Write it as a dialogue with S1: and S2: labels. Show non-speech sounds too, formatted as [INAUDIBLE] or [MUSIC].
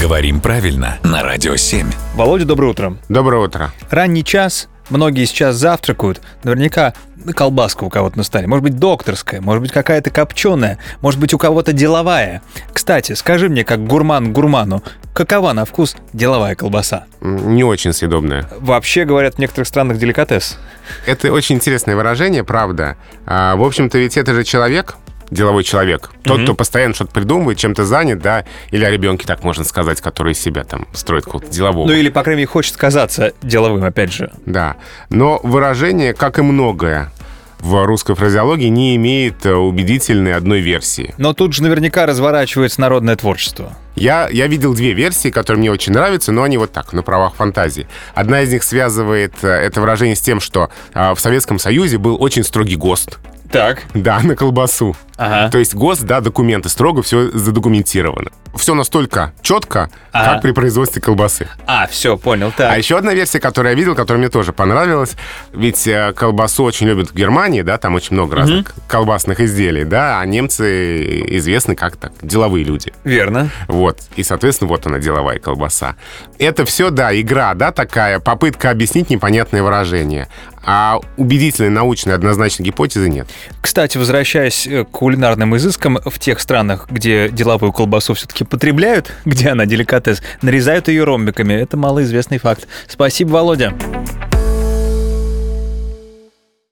S1: Говорим правильно на Радио 7.
S2: Володя, доброе утро.
S3: Доброе утро.
S2: Ранний час, многие сейчас завтракают. Наверняка колбаска у кого-то на столе. Может быть, докторская, может быть, какая-то копченая, может быть, у кого-то деловая. Кстати, скажи мне, как гурман гурману, какова на вкус деловая колбаса?
S3: М, Не очень съедобное.
S2: Вообще, говорят, в некоторых странах деликатес.
S3: Это очень интересное выражение, правда. А, в общем-то, ведь это же человек, деловой человек. Тот, кто постоянно что-то придумывает, чем-то занят, да, или о ребенке, так можно сказать, который из себя там строит какого-то делового.
S2: Ну или, по крайней мере, хочет казаться деловым, опять же.
S3: Да. Но выражение, как и многое в русской фразеологии, не имеет э, убедительной одной версии.
S2: Но тут же наверняка разворачивается народное творчество.
S3: Я, я видел две версии, которые мне очень нравятся, но они вот так, на правах фантазии. Одна из них связывает э, это выражение с тем, что э, в Советском Союзе был очень строгий ГОСТ.
S2: Так.
S3: Да, на колбасу.
S2: Ага.
S3: То есть ГОСТ, да, документы, строго все задокументировано. Все настолько четко,
S2: Ага.
S3: как при производстве колбасы.
S2: А, все, понял, так.
S3: А еще одна версия, которую я видел, которая мне тоже понравилась. Ведь э, колбасу очень любят в Германии, да, там очень много разных колбасных изделий, да, а немцы известны как так, деловые люди.
S2: Верно.
S3: Вот. И, соответственно, вот она, деловая колбаса. Это все, да, игра, да, такая, попытка объяснить непонятное выражение. А убедительной, научной, однозначной гипотезы нет.
S2: Кстати, возвращаясь э, к кулинарным изыскам, в тех странах, где деловую колбасу все-таки потребляют, [LAUGHS] где она деликатес, нарезают ее ромбиками. Это малоизвестный факт. Спасибо, Володя.